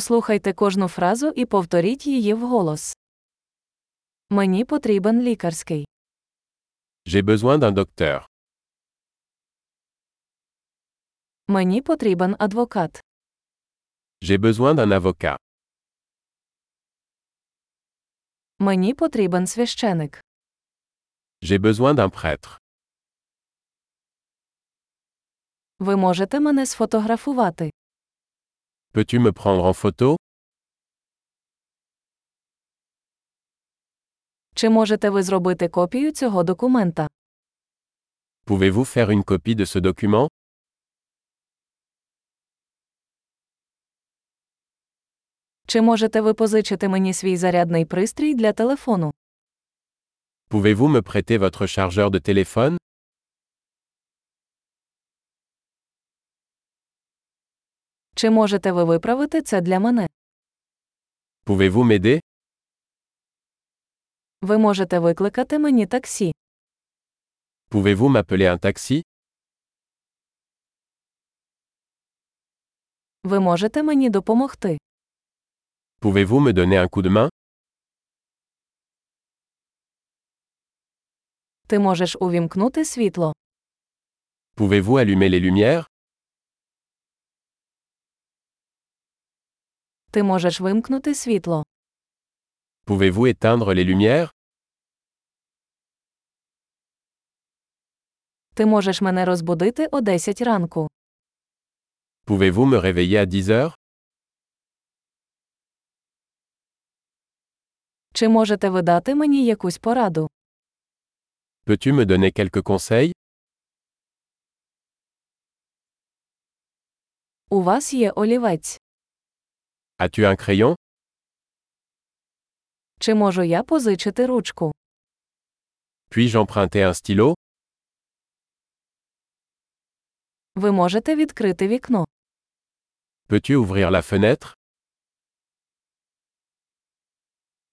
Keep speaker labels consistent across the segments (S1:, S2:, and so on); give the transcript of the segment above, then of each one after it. S1: Послухайте кожну фразу і повторіть її вголос. Мені потрібен лікарський.
S2: J'ai besoin d'un docteur.
S1: Мені потрібен адвокат.
S2: J'ai besoin d'un avocat.
S1: Мені потрібен священик.
S2: J'ai besoin d'un prêtre.
S1: Ви можете мене сфотографувати.
S2: Peux-tu me prendre en photo
S1: Чи можете ви зробити копію цього документа?
S2: Pouvez-vous faire une copie de ce document
S1: Чи можете ви позичити мені свій зарядний пристрій для телефону?
S2: Pouvez-vous me prêter votre chargeur de téléphone
S1: Чи можете ви виправити це для мене?
S2: Pouvez-vous m'aider
S1: Ви можете викликати мені таксі.
S2: Pouvez-vous m'appeler un taxi
S1: Ви можете мені допомогти.
S2: Pouvez-vous me donner un coup de main
S1: Ти можеш увімкнути світло.
S2: Pouvez-vous allumer les lumières
S1: Ти можеш вимкнути світло.
S2: Pouvez-vous éteindre les lumières
S1: Ти можеш мене розбудити о 10 ранку.
S2: Pouvez-vous me réveiller à 10 heures
S1: Чи можете ви дати мені якусь пораду?
S2: Peux-tu me donner quelques conseils
S1: У вас є олівець.
S2: As-tu un crayon
S1: Чи можу я позичити ручку?
S2: Puis-je emprunter un stylo
S1: Ви можете відкрити вікно.
S2: Peux-tu ouvrir la fenêtre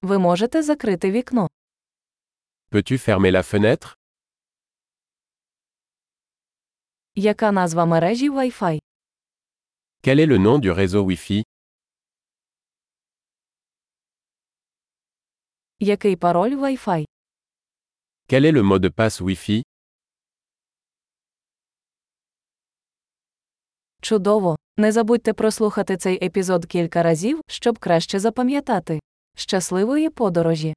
S1: Ви можете закрити вікно.
S2: Peux-tu fermer la fenêtre
S1: Яка назва мережі Wi-Fi?
S2: Quel est le nom du réseau Wi-Fi
S1: Який пароль Wi-Fi?
S2: Quel est le mot de passe Wi-Fi
S1: Чудово! Не забудьте прослухати цей епізод кілька разів, щоб краще запам'ятати. Щасливої подорожі!